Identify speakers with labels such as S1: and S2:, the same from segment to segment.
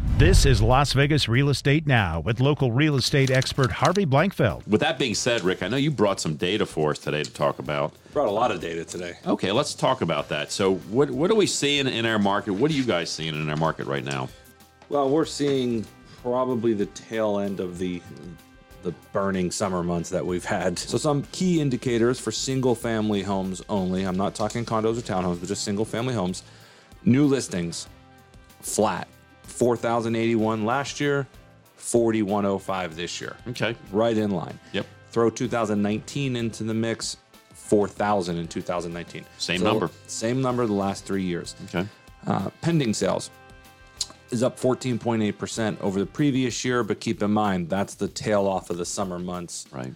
S1: This is Las Vegas Real Estate Now with local real estate expert Harvey Blankfeld.
S2: With that being said, Rick, I know you brought some data for us today to talk about.
S3: Brought a lot of data today.
S2: Okay, let's talk about that. So, what what are we seeing in our market? What are you guys seeing in our market right now?
S3: Well, we're seeing probably the tail end of the the burning summer months that we've had. So some key indicators for single family homes only. I'm not talking condos or townhomes, but just single family homes. New listings flat. 4081 last year, 4105 this year.
S2: Okay.
S3: Right in line.
S2: Yep.
S3: Throw 2019 into the mix, 4000 in 2019.
S2: Same number.
S3: Same number the last 3 years.
S2: Okay.
S3: Uh, pending sales is up 14.8% over the previous year, but keep in mind that's the tail off of the summer months
S2: Right.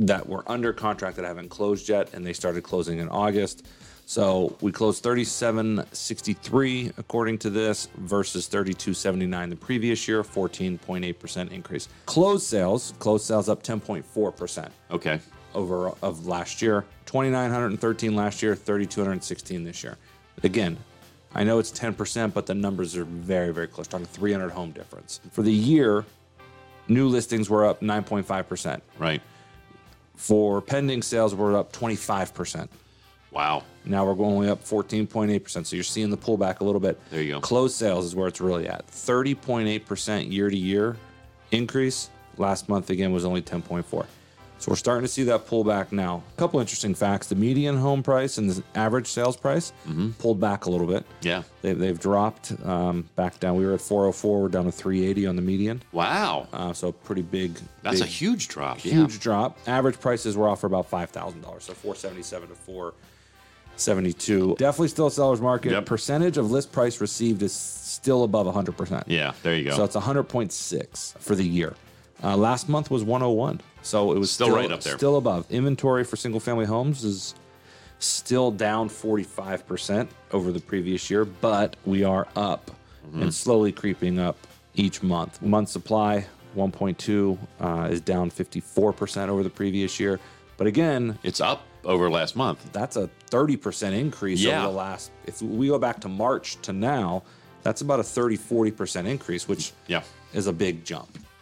S3: that were under contract that haven't closed yet, and they started closing in August. So we closed 3763 according to this versus 3279 the previous year, 14.8% increase. Closed sales, closed sales up 10.4%
S2: Okay.
S3: over of last year 2913 last year 3216 this year again i know it's 10% but the numbers are very very close talking 300 home difference for the year new listings were up 9.5%
S2: Right.
S3: for pending sales were up 25%
S2: Wow.
S3: now we're only up 14.8%. So you're seeing the pullback a little bit.
S2: There you go.
S3: Closed sales is where it's really at. 30.8% year to year increase. Last month, again, was only 10.4. So we're starting to see that pullback now. A couple interesting facts. The median home price and the average sales price
S2: Mm-hmm.
S3: pulled back a little bit.
S2: Yeah.
S3: They, they've dropped um, back down. We were at 404. We're down to 380 on the median.
S2: Wow.
S3: Uh, so pretty big.
S2: That's a
S3: big-
S2: huge drop.
S3: huge drop. Average prices were off for about five thousand dollars, so four seventy seven to four seventy two. Definitely still a seller's market.
S2: Yep.
S3: Percentage of list price received is still above hundred percent.
S2: Yeah. Yeah. There you go.
S3: So it's hundred point six for the year. Uh, last month was one hundred one, so it was
S2: Still right up there.
S3: Still above inventory for single family homes is still down forty five percent over the previous year, but we are up
S2: Mm-hmm.
S3: and slowly creeping up each month. Month supply. 1.2 uh, is down 54% over the previous year. But again,
S2: it's up over last month.
S3: that's a 30% increase
S2: Yeah.
S3: over the last if we go back to march to now that's about a 30 40% increase which
S2: Yeah.
S3: is a big jump